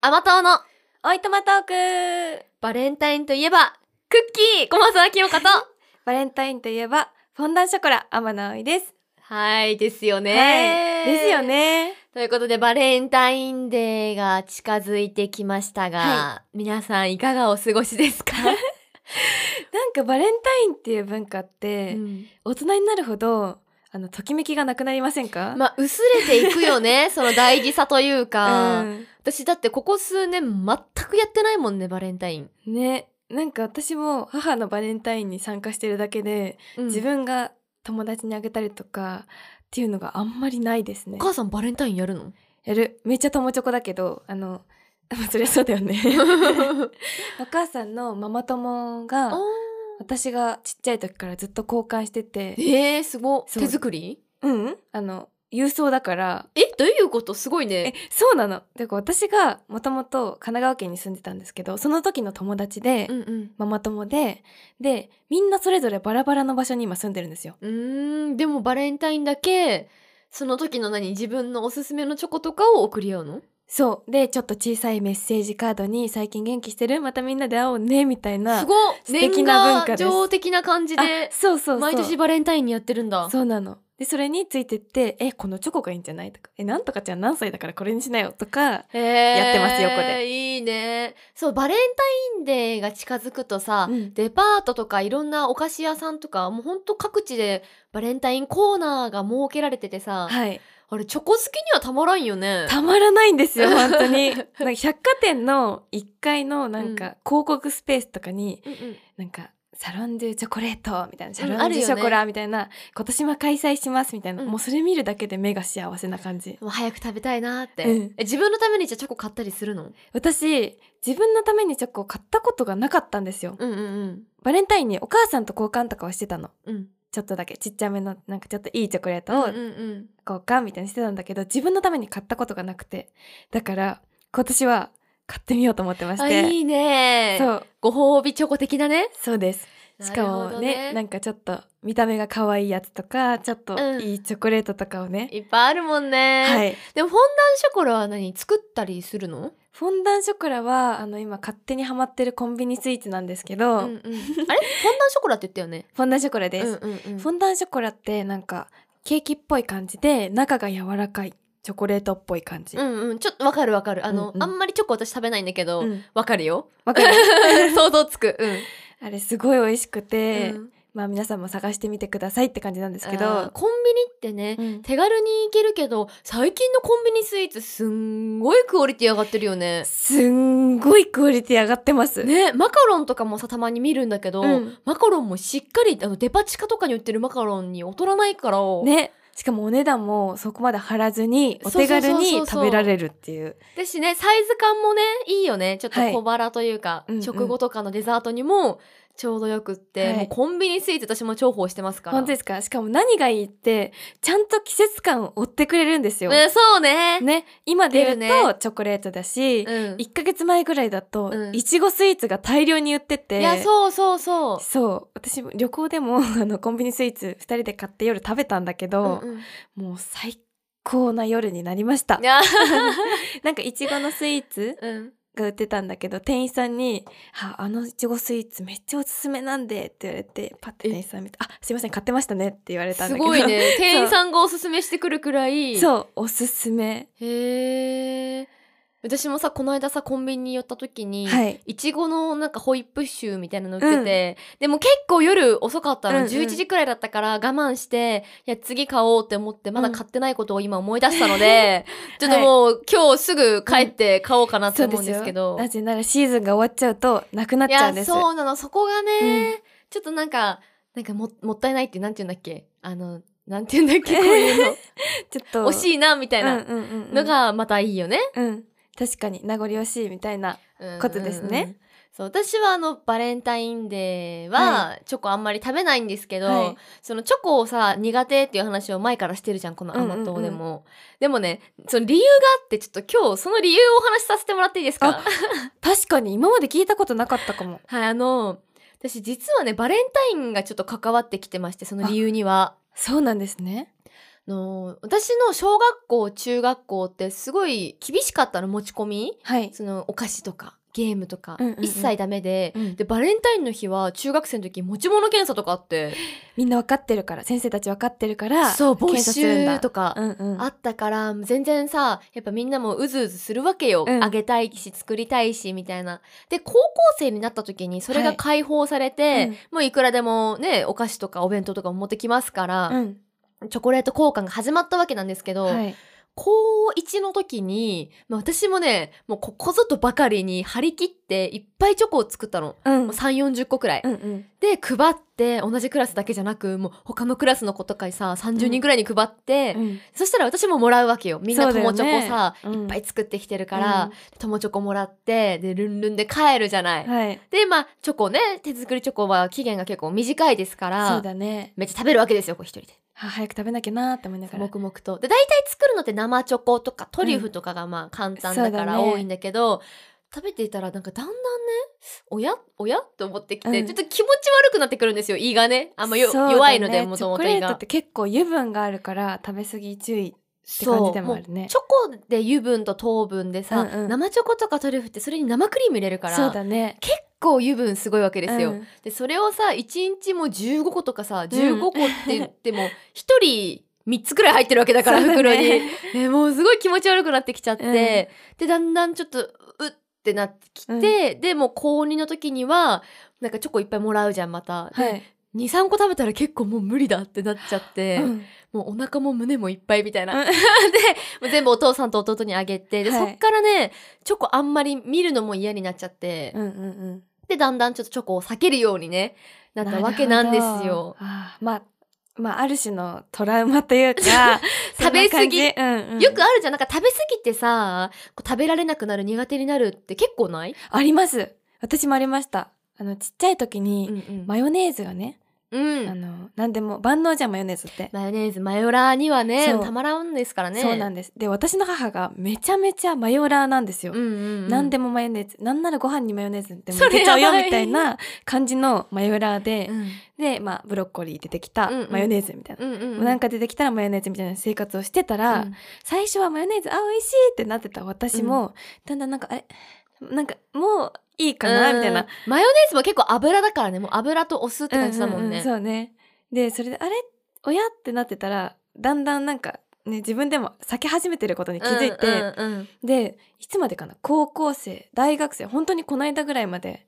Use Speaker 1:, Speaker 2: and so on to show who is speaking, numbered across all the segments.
Speaker 1: アマトの
Speaker 2: おいとまトーク
Speaker 1: バレンタインといえば、クッキー小松明岡 と
Speaker 2: バレンタインといえば、フォンダンショコラ、天野葵です。
Speaker 1: はい、ですよね、
Speaker 2: はい。ですよ。ね。
Speaker 1: ということで、バレンタインデーが近づいてきましたが、
Speaker 2: は
Speaker 1: 皆さんいかがお過ごしですか、
Speaker 2: なんかバレンタインっていう文化って、大人になるほど、あの、ときめきがなくなりませんか
Speaker 1: まあ、薄れていくよ ね、その大事さというか。
Speaker 2: うん
Speaker 1: 私、だってここ数年全くやってないもんね、バレンタイン。
Speaker 2: ね。なんか私も母のバレンタインに参加してるだけで、
Speaker 1: うん
Speaker 2: 自分が友達にあげたりとか、っていうのがあんまりないですね
Speaker 1: お。母さんバレンタインやる の
Speaker 2: やる。めっちゃ友チョコだけど、あの、 まあそりゃそうだよね。お母さんのママ友が、私がちっちゃい時からずっと交換してて
Speaker 1: ええー、すご。
Speaker 2: そう
Speaker 1: 手作り
Speaker 2: うんあの郵送だから
Speaker 1: え、どういうことすごい
Speaker 2: え
Speaker 1: ね。
Speaker 2: そうなのでこう私がもともと神奈川県に住んでたんですけどその時の友達で、
Speaker 1: んうん。
Speaker 2: ママ友ででみんなそれぞれバラバラの場所に今住んでるんですよ
Speaker 1: うーんでもバレンタインだけその時の何自分のおすすめのチョコとかを送り合うの
Speaker 2: そうでちょっと小さいメッセージカードに「最近元気してるまたみんなで会おうね」みたいな
Speaker 1: すごい
Speaker 2: 素敵な文化です
Speaker 1: 年賀状的な感じ
Speaker 2: あ
Speaker 1: で
Speaker 2: そうそうそう
Speaker 1: 毎年バレンタインにやってるんだ
Speaker 2: そうなのでそれについてって「えこのチョコがいいんじゃない?」とか「えなんとかちゃん何歳だからこれにしなよ」とか
Speaker 1: へ
Speaker 2: やってますよこ
Speaker 1: れいいねそうバレンタインデーが近づくとさ、
Speaker 2: うん
Speaker 1: デパートとかいろんなお菓子屋さんとかもうほんと各地でバレンタインコーナーが設けられててさ、
Speaker 2: はい
Speaker 1: あれチョコ好きにはたまらんよね
Speaker 2: たまらないんですよ本当 になんか百貨店の1階のなんか広告スペースとかに、
Speaker 1: うんうん
Speaker 2: なんかサロンデュチョコレートみたいなサ
Speaker 1: あ
Speaker 2: ロン
Speaker 1: る
Speaker 2: デ
Speaker 1: よね
Speaker 2: ュショコラみたいな、今年は開催しますみたいな、
Speaker 1: うん
Speaker 2: もうそれ見るだけで目が幸せな感じ
Speaker 1: もう早く食べたいなーって、
Speaker 2: うん
Speaker 1: え自分のためにじゃあチョコ買ったりするの
Speaker 2: 私自分のためにチョコを買ったことがなかったんですよ
Speaker 1: うんうんうん
Speaker 2: バレンタインにお母さんと交換とかはしてたの
Speaker 1: うん
Speaker 2: ちょっとだけちっちゃめのなんかちょっといいチョコレートを
Speaker 1: うんう
Speaker 2: 交
Speaker 1: ん
Speaker 2: 換みたいにしてたんだけど、自分のために買ったことがなくてだから今年は買ってみようと思ってまし
Speaker 1: あ
Speaker 2: て
Speaker 1: いいね
Speaker 2: そう
Speaker 1: ご褒美チョコ的なね
Speaker 2: そうですし
Speaker 1: な
Speaker 2: か
Speaker 1: るほ
Speaker 2: も
Speaker 1: ど
Speaker 2: ねなんかちょっと見た目が可愛いやつとかちょっ
Speaker 1: う
Speaker 2: と
Speaker 1: ん
Speaker 2: いいチョコレートとかをね、
Speaker 1: いっぱいあるもんね、
Speaker 2: はい
Speaker 1: でもフォンダンショコラは何作ったりするの、
Speaker 2: フォンダンショコラはあの今勝手にハマってるコンビニスイーツなんですけど、
Speaker 1: うんうん、あれフォンダンショコラって言ったよね
Speaker 2: フォンダンショコラです、
Speaker 1: うんうんうん
Speaker 2: フォンダンショコラってなんかケーキっぽい感じで中が柔らかいチョコレートっぽい感じ、
Speaker 1: うんうん、ちょっとわかるわかるあの、
Speaker 2: うんうん
Speaker 1: あんまりチョコ私食べないんだけどわ、
Speaker 2: うん
Speaker 1: かる よ
Speaker 2: わかる
Speaker 1: 想像つくうん、
Speaker 2: あれすごい美味しくて、
Speaker 1: うん
Speaker 2: まあ皆さんも探してみてくださいって感じなんですけ
Speaker 1: あー
Speaker 2: ど、
Speaker 1: コンビニってね、
Speaker 2: うん
Speaker 1: 手軽に行けるけど最近のコンビニスイーツすんごいクオリティ上がってるよね
Speaker 2: すんごいクオリティ上がってます、
Speaker 1: ねマカロンとかもさたまに見るんだけど、
Speaker 2: うん
Speaker 1: マカロンもしっかりあのデパ地下とかに売ってるマカロンに劣らないから、
Speaker 2: ねしかもお値段もそこまで張らずにお手軽
Speaker 1: そうそうそう
Speaker 2: に
Speaker 1: そう
Speaker 2: 食べられるっていう
Speaker 1: ですしねサイズ感もねいいよねちょっと
Speaker 2: はい
Speaker 1: 小腹というか、
Speaker 2: うんうん
Speaker 1: 食後とかのデザートにもちょうどよくって、
Speaker 2: はい
Speaker 1: もうコンビニスイーツ私も重宝してますから
Speaker 2: 本当ですかしかも何がいいってちゃんと季節感を追ってくれるんですよ、
Speaker 1: ねそうね
Speaker 2: ね今出る
Speaker 1: 出るね
Speaker 2: とチョコレートだし、
Speaker 1: うん、い
Speaker 2: 1ヶ月前ぐらいだと
Speaker 1: うん
Speaker 2: いちごスイーツが大量に売ってて、
Speaker 1: やそうそうそう
Speaker 2: そう私も旅行でも あのコンビニスイーツ2人で買って夜食べたんだけど、
Speaker 1: うんうん
Speaker 2: もう最高な夜になりました
Speaker 1: いや
Speaker 2: なんかいちごのスイーツ
Speaker 1: うん
Speaker 2: が売ってたんだけど店員さんに「はあのいちごスイーツめっちゃおすすめなんで」って言われてパッて
Speaker 1: え
Speaker 2: 店員さん見て「あすいません買ってましたね」って言われたん
Speaker 1: す
Speaker 2: だけど
Speaker 1: ごいね店員さんがおすすめしてくるくらい
Speaker 2: そうおすすめ
Speaker 1: へえ私もさこの間さコンビニに寄った時に、
Speaker 2: はい
Speaker 1: いちごのなんかホイップシューみたいなの売ってて、でも結構夜遅かったの、
Speaker 2: うんうん
Speaker 1: 11時くらいだったから我慢していや次買おうって思ってまだ買ってないことを今思い出したの で、ちょっともう、今日すぐ帰って買おうかなって思うんですけど、
Speaker 2: なぜならシーズンが終わっちゃうとなくなっ
Speaker 1: い
Speaker 2: ちゃうん
Speaker 1: や
Speaker 2: です
Speaker 1: そうなのそこがね、
Speaker 2: う
Speaker 1: ちょっとなんかなんかももったいないってなんて言うんだっけあのなんて言うんだっ けこういう
Speaker 2: ちょっと
Speaker 1: の惜しいなみたいな
Speaker 2: うんうんうんうん
Speaker 1: のがまたいいよね。
Speaker 2: うん確かに名残惜しいみたいなことですね
Speaker 1: うんうんうん。そう私はあのバレンタインデーはチョコあんまり食べないんですけど、
Speaker 2: はい
Speaker 1: そのチョコをさ苦手っていう話を前からしてるじゃんこのアマトーでも、でもねその理由があってちょっと今日その理由をお話しさせてもらっていいですか
Speaker 2: あ確かに今まで聞いたことなかったかも
Speaker 1: はいあの私実はねバレンタインがちょっと関わってきてましてその理由には
Speaker 2: そうなんですね
Speaker 1: の私の小学校中学校ってすごい厳しかったの持ち込み
Speaker 2: はい。
Speaker 1: そのお菓子とかゲームとか、
Speaker 2: うんうんうん
Speaker 1: 一切ダメで、
Speaker 2: うん
Speaker 1: でバレンタインの日は中学生の時持ち物検査とかあって
Speaker 2: みんな分かってるから、先生たち分かってるから、
Speaker 1: そう募
Speaker 2: 検査するんだ
Speaker 1: 集とか、
Speaker 2: うんうん。
Speaker 1: あったから全然さやっぱみんなもうずうずするわけよ、
Speaker 2: うん
Speaker 1: あげたいし作りたいしみたいなで高校生になった時にそれが解放されて、
Speaker 2: うん
Speaker 1: もういくらでもねお菓子とかお弁当とかも持ってきますから、
Speaker 2: うん。
Speaker 1: チョコレート交換が始まったわけなんですけど、
Speaker 2: はい。
Speaker 1: 高1の時に、まあ、私もねもうここぞとばかりに張り切っていっぱいチョコを作ったの。
Speaker 2: う
Speaker 1: も
Speaker 2: ん。
Speaker 1: う3、40個くらい。
Speaker 2: うんうん。
Speaker 1: で、配って、同じクラスだけじゃなく、もう他のクラスの子とかにさ、30人くらいに配って、
Speaker 2: うん
Speaker 1: そしたら私ももらうわけよ。みんな
Speaker 2: そうだ
Speaker 1: 友
Speaker 2: よね
Speaker 1: チョコさ、
Speaker 2: うん
Speaker 1: いっぱい作ってきてるから、友チョコもらって、で、ルンルンで帰るじゃない。
Speaker 2: うんはい。
Speaker 1: で、まあ、チョコね、手作りチョコは期限が結構短いですか
Speaker 2: そう
Speaker 1: ら、
Speaker 2: だね。
Speaker 1: めっちゃ食べるわけですよ、こう一人で。
Speaker 2: は早く食べなきゃなーって思いながら。
Speaker 1: 黙々と。で、大体作るのって生チョコとかトリュフとかがまあ簡単だから
Speaker 2: そうだね
Speaker 1: 多いんだけど、食べていたらなんかだんだんね、おやおやと思ってきて、
Speaker 2: うん
Speaker 1: ちょっと気持ち悪くなってくるんですよ、胃がね。あんまよ、
Speaker 2: そうだね
Speaker 1: 弱いので、もともと
Speaker 2: チョコ
Speaker 1: 胃
Speaker 2: レートっ
Speaker 1: が。
Speaker 2: て結構油分があるから食べ過ぎ注意って感
Speaker 1: そ
Speaker 2: じ
Speaker 1: う。
Speaker 2: でも
Speaker 1: も
Speaker 2: あ
Speaker 1: う
Speaker 2: るね
Speaker 1: チョコで油分と糖分でさ、
Speaker 2: うんうん
Speaker 1: 生チョコとかトリュフってそれに生クリーム入れるから、
Speaker 2: そうだね
Speaker 1: 結構油分すごいわけですよ。
Speaker 2: うん
Speaker 1: で、それをさ、1日も15個とかさ、15個って言っても、1人3つくらい入ってるわけだから、
Speaker 2: そう
Speaker 1: 袋
Speaker 2: だ
Speaker 1: に。
Speaker 2: ね
Speaker 1: えもうすごい気持ち悪くなってきちゃって、
Speaker 2: うん
Speaker 1: でだんだんちょっとうってなってきて、
Speaker 2: うん
Speaker 1: でもう高2の時にはなんかチョコいっぱいもらうじゃんまた、
Speaker 2: は
Speaker 1: で
Speaker 2: い、
Speaker 1: 23個食べたら結構もう無理だってなっちゃって、
Speaker 2: うん
Speaker 1: もうお腹も胸もいっぱいみたいな、
Speaker 2: うん
Speaker 1: でもう全部お父さんと弟にあげてで、
Speaker 2: はい
Speaker 1: そっからねチョコあんまり見るのも嫌になっちゃって、
Speaker 2: うんうんうん
Speaker 1: でだんだんちょっとチョコを避けるようにねなったわけなんです
Speaker 2: るほど
Speaker 1: よ。
Speaker 2: あーまあまあある種のトラウマというか
Speaker 1: 食べ過ぎ
Speaker 2: そんな感じうんうん
Speaker 1: よくあるじゃんなんか食べ過ぎてさこう食べられなくなる苦手になるって結構ない、
Speaker 2: あります私もありましたあのちっちゃい時に、
Speaker 1: ん
Speaker 2: マヨネーズがね、
Speaker 1: うん
Speaker 2: あの何でも万能じゃんマヨネーズって、
Speaker 1: マヨネーズマヨラーにはね
Speaker 2: そう
Speaker 1: たまらんですからね
Speaker 2: そうなん
Speaker 1: ん
Speaker 2: ですで私の母がめちゃめちゃマヨラーなんですよ、
Speaker 1: うんうんうん、
Speaker 2: 何でもマヨネーズなんならご飯にマヨネーズでも
Speaker 1: そ
Speaker 2: い
Speaker 1: れ
Speaker 2: けちゃう
Speaker 1: や
Speaker 2: よ
Speaker 1: ばい
Speaker 2: みたいな感じのマヨラーで
Speaker 1: う、ん
Speaker 2: で、まあ、ブロッコリー出てきた
Speaker 1: うんうん
Speaker 2: マヨネーズみたいな、
Speaker 1: うんうんう
Speaker 2: なんか出てきたらマヨネーズみたいな生活をしてた
Speaker 1: う
Speaker 2: ら、
Speaker 1: ん
Speaker 2: 最初はマヨネーズあ美味しいってなってた私も、だんだんなんかあれなんかもういいかな
Speaker 1: うん
Speaker 2: みたいな、
Speaker 1: マヨネーズも結構油だからねもう油とお酢って感じだもん
Speaker 2: うう
Speaker 1: ね、
Speaker 2: うそうねでそれであれ親ってなってたらだんだんなんかね自分でも避け始めてることに気づいて、
Speaker 1: うんうんうん
Speaker 2: でいつまでかな高校生大学生本当にこの間ぐらいまで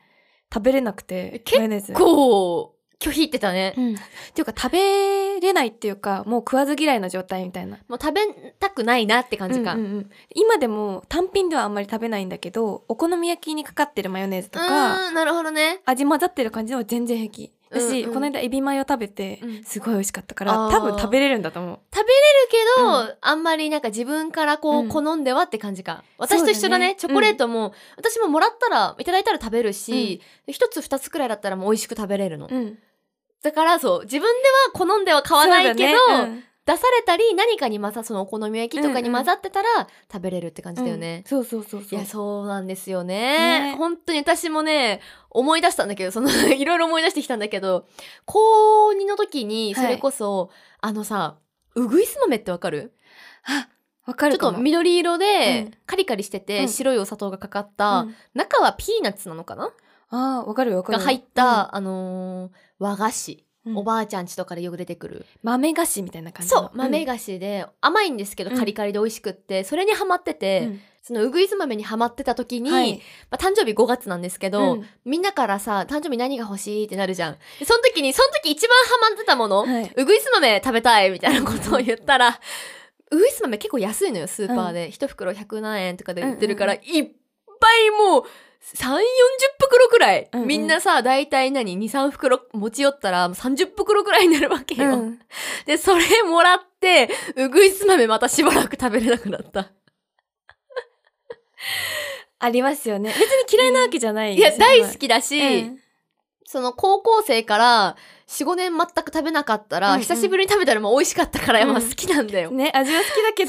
Speaker 2: 食べれなくて
Speaker 1: 結構
Speaker 2: マヨネーズ
Speaker 1: こう拒否ってたね、
Speaker 2: うんっていうか食べれないっていうかもう食わず嫌いな状態みたいな
Speaker 1: もう食べたくないなって感じか、
Speaker 2: うんうんうん今でも単品ではあんまり食べないんだけどお好み焼きにかかってるマヨネーズとか
Speaker 1: うんなるほどね
Speaker 2: 味混ざってる感じでも全然平気だし、
Speaker 1: うんうん
Speaker 2: この間エビマヨ食べて
Speaker 1: うん
Speaker 2: すごい美味しかったから、
Speaker 1: あー
Speaker 2: 多分食べれるんだと思う
Speaker 1: けど、
Speaker 2: う
Speaker 1: あんまりなんか自分からこう
Speaker 2: う
Speaker 1: ん好んではって感じか、私と一緒だね
Speaker 2: そうだね
Speaker 1: チョコレートも、私ももらったらいただいたら食べるし一、つ二つくらいだったらもう美味しく食べれるの、
Speaker 2: うん
Speaker 1: だからそう自分では好んでは買わないけど、
Speaker 2: そうだねうん
Speaker 1: 出されたり何かに混ざそのお好み焼きとかに混ざってたら食べれるって感じだよ
Speaker 2: うん
Speaker 1: ね、
Speaker 2: そうそうそうそう
Speaker 1: いやそうなんですよね
Speaker 2: ね
Speaker 1: 本当に私もね思い出したんだけどその いろいろ思い出してきたんだけど高2の時にそれこそ、あのさうぐいす豆ってわかる
Speaker 2: あわか
Speaker 1: ちょ
Speaker 2: る
Speaker 1: っ
Speaker 2: か
Speaker 1: と
Speaker 2: も
Speaker 1: 緑色
Speaker 2: う
Speaker 1: で
Speaker 2: ん
Speaker 1: カリカリしてて、
Speaker 2: うん
Speaker 1: 白いお砂糖がかかった、
Speaker 2: うん
Speaker 1: 中はピーナッツなのかな
Speaker 2: あーわかるよわかる
Speaker 1: が入った、、あのー和菓子、
Speaker 2: うん
Speaker 1: おばあちゃんちとかでよく出てくる
Speaker 2: 豆菓子みたいな感じ
Speaker 1: そう豆
Speaker 2: 菓
Speaker 1: 菓子で、甘いんですけど
Speaker 2: うん
Speaker 1: カリカリで美味しくって、それにハマってて、そのうぐいす豆にハマってた時に、
Speaker 2: はい
Speaker 1: まあ、誕生日5月なんですけど、
Speaker 2: うん
Speaker 1: みんなからさ誕生日何が欲しいってなるじゃんでその時にその時一番ハマってたもの、
Speaker 2: はいう
Speaker 1: ぐいす豆食べたいみたいなことを言ったらうぐいす豆結構安いのよスーパーで、一袋100何円とかで売ってるから、
Speaker 2: う
Speaker 1: いっぱいもう3 4 0袋くらい、
Speaker 2: うんうん
Speaker 1: みんなさ大体何23袋持ち寄ったら30袋くらいになるわけよ、
Speaker 2: うん
Speaker 1: でそれもらってうぐいす豆またしばらく食べれなくなった
Speaker 2: ありますよね別に嫌いなわけじゃない、
Speaker 1: いや大好きだし、
Speaker 2: うん
Speaker 1: その高校生から45年全く食べなかったら、
Speaker 2: うんうん
Speaker 1: 久しぶりに食べたらもう美味しかったから、
Speaker 2: うん
Speaker 1: まあ好きなんだよ、好
Speaker 2: ね味は好きだけ
Speaker 1: き
Speaker 2: ど、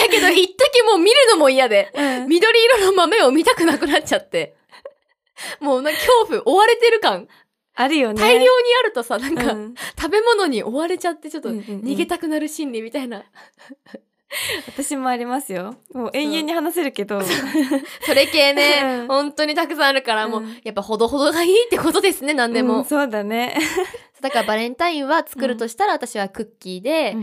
Speaker 1: だけど一時もう見るのも嫌で
Speaker 2: うん
Speaker 1: 緑色の豆を見たくなくなっちゃってもうな恐怖追われてる感
Speaker 2: あるよね。
Speaker 1: 大量にあるとさ、なんか、
Speaker 2: うん
Speaker 1: 食べ物に追われちゃって、ちょっと
Speaker 2: うんうんうん
Speaker 1: 逃げたくなる心理みたいな。
Speaker 2: 私もありますよ。もう永遠に話せるけど。
Speaker 1: それ系ね
Speaker 2: う、ん
Speaker 1: 本当にたくさんあるから、もう
Speaker 2: うん、
Speaker 1: やっぱほどほどがいいってことですね、何で
Speaker 2: う
Speaker 1: も
Speaker 2: ん。そうだね。
Speaker 1: だからバレンタインは作るとしたら、私はクッキーで、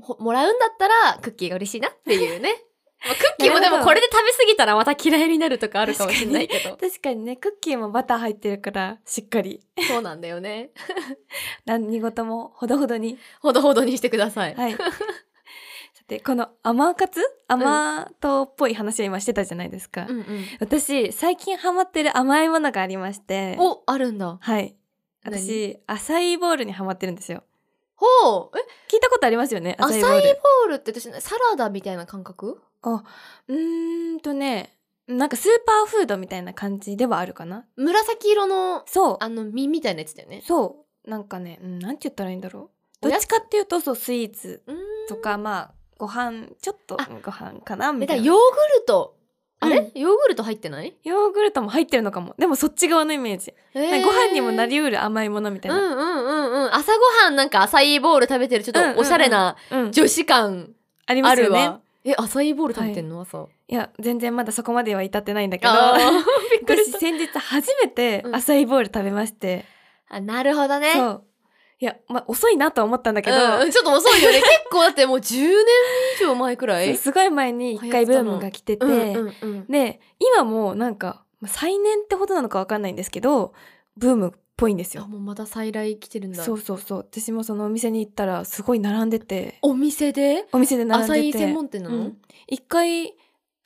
Speaker 1: ほもらうんだったらクッキーが嬉しいなっていうね。 まあクッキーも
Speaker 2: な
Speaker 1: で
Speaker 2: るほど
Speaker 1: もこれで食べ過ぎたらまた嫌いになるとかあるかもしれないけど。
Speaker 2: 確かにね、クッキーもバター入ってるから、しっかり。
Speaker 1: そうなんだよね。
Speaker 2: 何事もほどほどに。
Speaker 1: ほどほどにしてください。
Speaker 2: はい。さて、この甘カツ甘党っぽい話を今してたじゃないですか。
Speaker 1: うんうん。
Speaker 2: 私、最近ハマってる甘いものがありまして。
Speaker 1: お、あるんだ。
Speaker 2: はい。
Speaker 1: 何
Speaker 2: 私、アサイーボールにハマってるんですよ。
Speaker 1: ほう。え、
Speaker 2: 聞いたことありますよね
Speaker 1: ア
Speaker 2: ア
Speaker 1: サ
Speaker 2: サ
Speaker 1: イ
Speaker 2: イ
Speaker 1: ー
Speaker 2: ー
Speaker 1: ボ
Speaker 2: ボール。
Speaker 1: ールって私、サラダみたいな感覚
Speaker 2: うーんとね、なんかスーパーフードみたいな感じではあるかな。
Speaker 1: 紫色の、
Speaker 2: そう。
Speaker 1: あの、実みたいなやつだよね。
Speaker 2: そう。なんかね、うん、なんて言ったらいいんだろ
Speaker 1: お
Speaker 2: う。ど
Speaker 1: や
Speaker 2: っ
Speaker 1: つ
Speaker 2: ちかっていうと、そう、スイーツ
Speaker 1: うーん。
Speaker 2: とか、まあ、ご飯、ちょっと
Speaker 1: あ
Speaker 2: ご飯かな、み
Speaker 1: だ
Speaker 2: た
Speaker 1: から
Speaker 2: い
Speaker 1: ヨ
Speaker 2: な。
Speaker 1: ーグルト。あれ、
Speaker 2: うん
Speaker 1: ヨーグルト入ってない
Speaker 2: ヨーグルトも入ってるのかも。でもそっち側のイメージ。
Speaker 1: ご
Speaker 2: なんかご飯にもなりうる甘いものみた
Speaker 1: う
Speaker 2: い
Speaker 1: んう
Speaker 2: な。
Speaker 1: んうんうん。朝ごはんなんかアサイーボール食べてるち
Speaker 2: うん
Speaker 1: ょ
Speaker 2: う
Speaker 1: っ
Speaker 2: んう
Speaker 1: と
Speaker 2: ん
Speaker 1: おしゃれな
Speaker 2: うん。
Speaker 1: 女子感
Speaker 2: ありま
Speaker 1: あ
Speaker 2: すよ
Speaker 1: る
Speaker 2: ね
Speaker 1: わ。。え、アサイーボール食べてんの朝。
Speaker 2: いや、全然まだそこまでは至ってないんだけど。
Speaker 1: あ ーびっくり
Speaker 2: 私
Speaker 1: した。
Speaker 2: 先日初めて
Speaker 1: うん
Speaker 2: アサイーボール食べまして。
Speaker 1: あなるほどね。
Speaker 2: そう。いや、まあ、遅いなとは思ったんだけど、
Speaker 1: うん、ちょっと遅いよね。結構だってもう10年以上前くらい。
Speaker 2: すごい前に一回ブームが来てて、
Speaker 1: うんうん
Speaker 2: で、今もなんか、まあ再燃ってほどなのかわかんないんですけど、ブームっぽいんです
Speaker 1: あ
Speaker 2: よ。
Speaker 1: もうまた再来来てるんだ。
Speaker 2: そうそうそう。私もそのお店に行ったら、すごい並んでて、
Speaker 1: お店で
Speaker 2: お店で
Speaker 1: ア
Speaker 2: 並んでて。
Speaker 1: サイー専門店な
Speaker 2: う
Speaker 1: の
Speaker 2: ん、一回、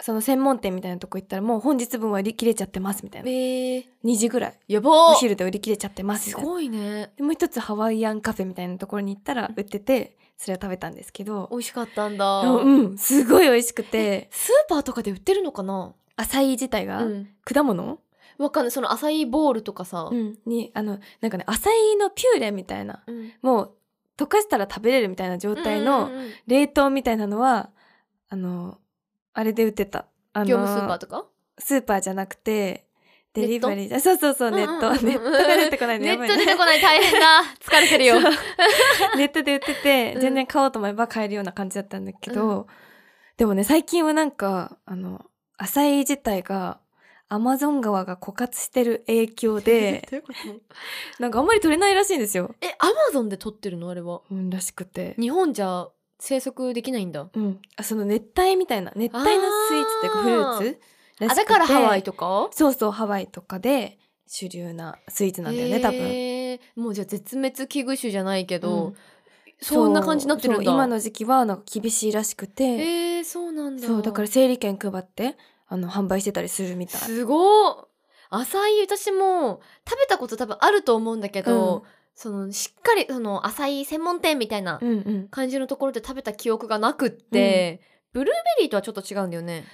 Speaker 2: その専門店みたいなとこ行ったら、もう本日分は売り切れちゃってますみたいな。
Speaker 1: えー、
Speaker 2: 2時ぐらい。
Speaker 1: やば
Speaker 2: お
Speaker 1: ー
Speaker 2: 昼で売り切れちゃってますみ
Speaker 1: す
Speaker 2: たいな。
Speaker 1: ごいね。
Speaker 2: でもう一つハワイアンカフェみたいなところに行ったら売ってて、それを食べたんですけど、
Speaker 1: 美味しかったんだ。
Speaker 2: うん、すごい美味しく て、
Speaker 1: スーパーとかで売ってるのかな
Speaker 2: アサイー自体が、
Speaker 1: うん。
Speaker 2: 果物、
Speaker 1: わかんない。そのアサイーボールとかさ。
Speaker 2: に、あの、なんかね、アサイーのピューレみたいな、
Speaker 1: うん。
Speaker 2: もう溶かしたら食べれるみたいな状態
Speaker 1: うん
Speaker 2: の
Speaker 1: うんうん
Speaker 2: 冷凍みたいなのは、あの、あれで売ってた。あの
Speaker 1: 業務スーパーとか
Speaker 2: スーパーじゃなくて、デリバ
Speaker 1: ネ
Speaker 2: リーあそうそうそう、ネット。
Speaker 1: うんうんうん
Speaker 2: ネットが出てこないの
Speaker 1: ネ
Speaker 2: や
Speaker 1: ッ
Speaker 2: ばい
Speaker 1: ト
Speaker 2: ね
Speaker 1: 出てこない大変 だ。疲れてるよ。
Speaker 2: そうネットで売ってて、
Speaker 1: うん
Speaker 2: 全然買おうと思えば買えるような感じだったんだけど、でもね、最近はなんか、あの、アサイ自体が、アマゾン川が枯渇してる影響 で、
Speaker 1: どういうこと
Speaker 2: なんかあんまり取れないらしいんですよ。
Speaker 1: え、アマゾンで撮ってるのあれは。
Speaker 2: うん、らしくて。
Speaker 1: 日本じゃ生息できないんだ。
Speaker 2: うん。あその熱帯みたいな、熱帯のスイーツっていうか
Speaker 1: あー
Speaker 2: フルーツらし
Speaker 1: あ
Speaker 2: くて
Speaker 1: だからハワイとか
Speaker 2: そうそう、ハワイとかで主流なスイーツなんだよね、多分。
Speaker 1: へーもうじゃあ絶滅危惧種じゃないけど、
Speaker 2: うん
Speaker 1: そんな感じになってるんだ
Speaker 2: そう今の時期はなんか厳しいらしくて、
Speaker 1: えー、そうなんだ
Speaker 2: そうだから整理券配ってあの販売してたりするみたい。
Speaker 1: すごっアサイー私も食べたこと多分あると思うんだけど、
Speaker 2: うん
Speaker 1: そのしっかりそのアサイー専門店みたいな
Speaker 2: うんうん。
Speaker 1: 感じのところで食べた記憶がなくって、ブルーベリーとはちょっと違うんだよね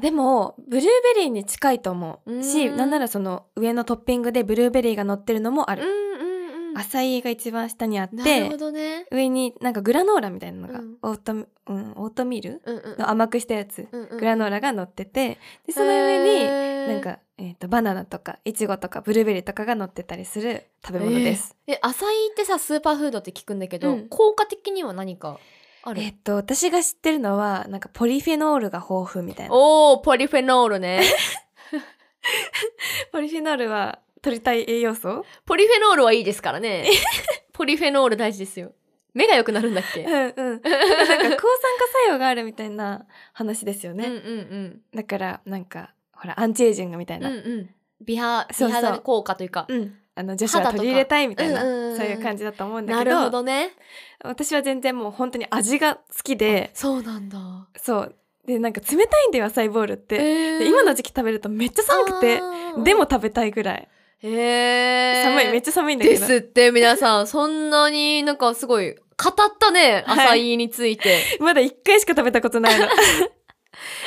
Speaker 2: でもブルーベリーに近いと思
Speaker 1: うーん
Speaker 2: うし、なんならその上のトッピングでブルーベリーが乗ってるのもあ
Speaker 1: うん
Speaker 2: る。
Speaker 1: うんうん
Speaker 2: アサイーが一番下にあっ
Speaker 1: なるほ
Speaker 2: て、
Speaker 1: どね
Speaker 2: 上になんかグラノーラみたいなのが、
Speaker 1: うん
Speaker 2: オートミうんオートミール
Speaker 1: うんうん
Speaker 2: の甘くしたやつ、
Speaker 1: うんうん
Speaker 2: グラノーラが乗ってて、でその上に
Speaker 1: へー
Speaker 2: なんかえっ、とバナナとかイチゴとかブルーベリーとかが乗ってたりする食べ物です。
Speaker 1: えアサイーってさスーパーフードって聞くんだけど、
Speaker 2: うん
Speaker 1: 効果的には何かある、
Speaker 2: えっと、私が知ってるのは、なんかポリフェノールが豊富みたいな。
Speaker 1: おおポリフェノールね
Speaker 2: ポリフェノールは取りたい栄養素
Speaker 1: ポリフェノールはいいですからねポリフェノール大事ですよ目が良くなるんだっけ、
Speaker 2: うんうん。なんか抗酸化作用があるみたいな話ですよ
Speaker 1: うんうん
Speaker 2: ね。
Speaker 1: うん
Speaker 2: だから、なんか、ほら、アンチエイジングみたい
Speaker 1: うん
Speaker 2: な。
Speaker 1: うん美肌
Speaker 2: そうそう
Speaker 1: 美肌効果というか
Speaker 2: うんあの、女子は取り入れたいみたいな、
Speaker 1: 肌とかうんうんうん
Speaker 2: そういう感じだと思うんだ
Speaker 1: な
Speaker 2: け
Speaker 1: る
Speaker 2: ど、
Speaker 1: ほどね
Speaker 2: 私は全然もう本当に味が好きで、
Speaker 1: そうなんだ
Speaker 2: そう。で、なんか冷たいんだよ、アサイーボールって。
Speaker 1: え
Speaker 2: で今の時期食べるとめっちゃ寒くて、でも食べたいぐらい。
Speaker 1: へー
Speaker 2: 寒い、めっちゃ寒いんだけ
Speaker 1: で
Speaker 2: ど。
Speaker 1: すって皆さんそんなになんかすごい語ったねア
Speaker 2: はい
Speaker 1: サイーについて、
Speaker 2: まだ一回しか食べたこ とないの。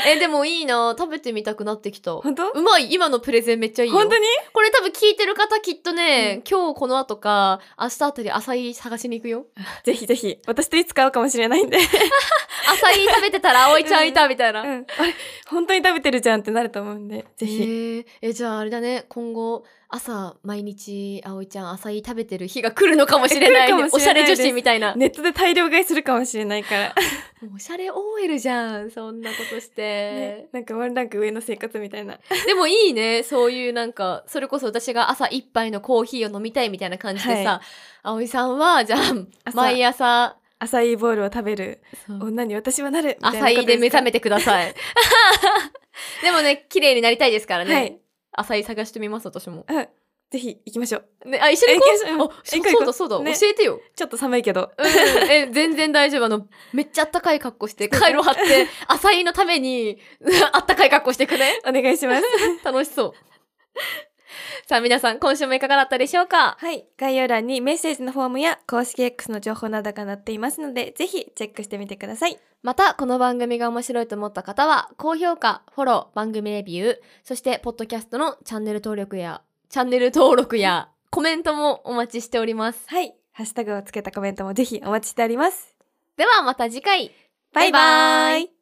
Speaker 1: えでもいいな食べてみたくなってきた
Speaker 2: 本当
Speaker 1: うまい今のプレゼンめっちゃいいよ
Speaker 2: 本当に
Speaker 1: これ多分聞いてる方きっとね、
Speaker 2: うん
Speaker 1: 今日この後か明日あたりアサイー探しに行くよ
Speaker 2: ぜひぜひ、私といつか会うかもしれないんで。
Speaker 1: アサリ食べてたら葵ちゃんいたみたいな。
Speaker 2: うん、 あれ本当に食べてるじゃんってなると思うんで
Speaker 1: え
Speaker 2: ぜひ、
Speaker 1: ーえじゃああれだね今後朝毎日葵ちゃんアサリ食べてる日が来るのかもしれない,、
Speaker 2: 来るかもし
Speaker 1: お
Speaker 2: れ
Speaker 1: しゃ
Speaker 2: ない
Speaker 1: れ
Speaker 2: です
Speaker 1: 女子みたいな
Speaker 2: ネットで大量買いするかもしれないから、
Speaker 1: もうおしゃれ OL じゃんそんなことして、
Speaker 2: ねなんかワンランク上の生活みたいな
Speaker 1: でもいいねそういうなんかそれこそ私が朝一杯のコーヒーを飲みたいみたいな感じでさ、
Speaker 2: は
Speaker 1: 葵さんはじゃあ
Speaker 2: 朝
Speaker 1: 毎朝
Speaker 2: アサイーボールを食べる
Speaker 1: そう
Speaker 2: 女に私はなるみた
Speaker 1: ア
Speaker 2: いな
Speaker 1: サイで目覚めて
Speaker 2: て
Speaker 1: くださ いでもね綺麗になりたいですからね、
Speaker 2: はい、
Speaker 1: アサイ探してみます私も、
Speaker 2: うん、ぜひ行きましょう
Speaker 1: ね、あ一緒に行こう
Speaker 2: え行きま
Speaker 1: あ
Speaker 2: しょ
Speaker 1: そうう
Speaker 2: 行こう行こう
Speaker 1: だそうだ、
Speaker 2: ね
Speaker 1: 教えてよ
Speaker 2: ちょっと寒いけど
Speaker 1: うんえ全然大丈夫あのめっちゃあったかい格好してカイロ張 ってアサイのためにあったかい格好してくね
Speaker 2: お願い します
Speaker 1: 楽しそうさあ皆さん今週もいかがだったでしょうか
Speaker 2: はい概要欄にメッセージのフォームや公式 X の情報などが載っていますのでぜひチェックしてみてください
Speaker 1: またこの番組が面白いと思った方は高評価フォロー番組レビューそしてポッドキャストのチャンネル登録やチャンネル登録やコメントもお待ちしております
Speaker 2: はいハッシュタグをつけたコメントもぜひお待ちしております
Speaker 1: ではまた次回
Speaker 2: バイバ
Speaker 1: バイバ
Speaker 2: イ
Speaker 1: イ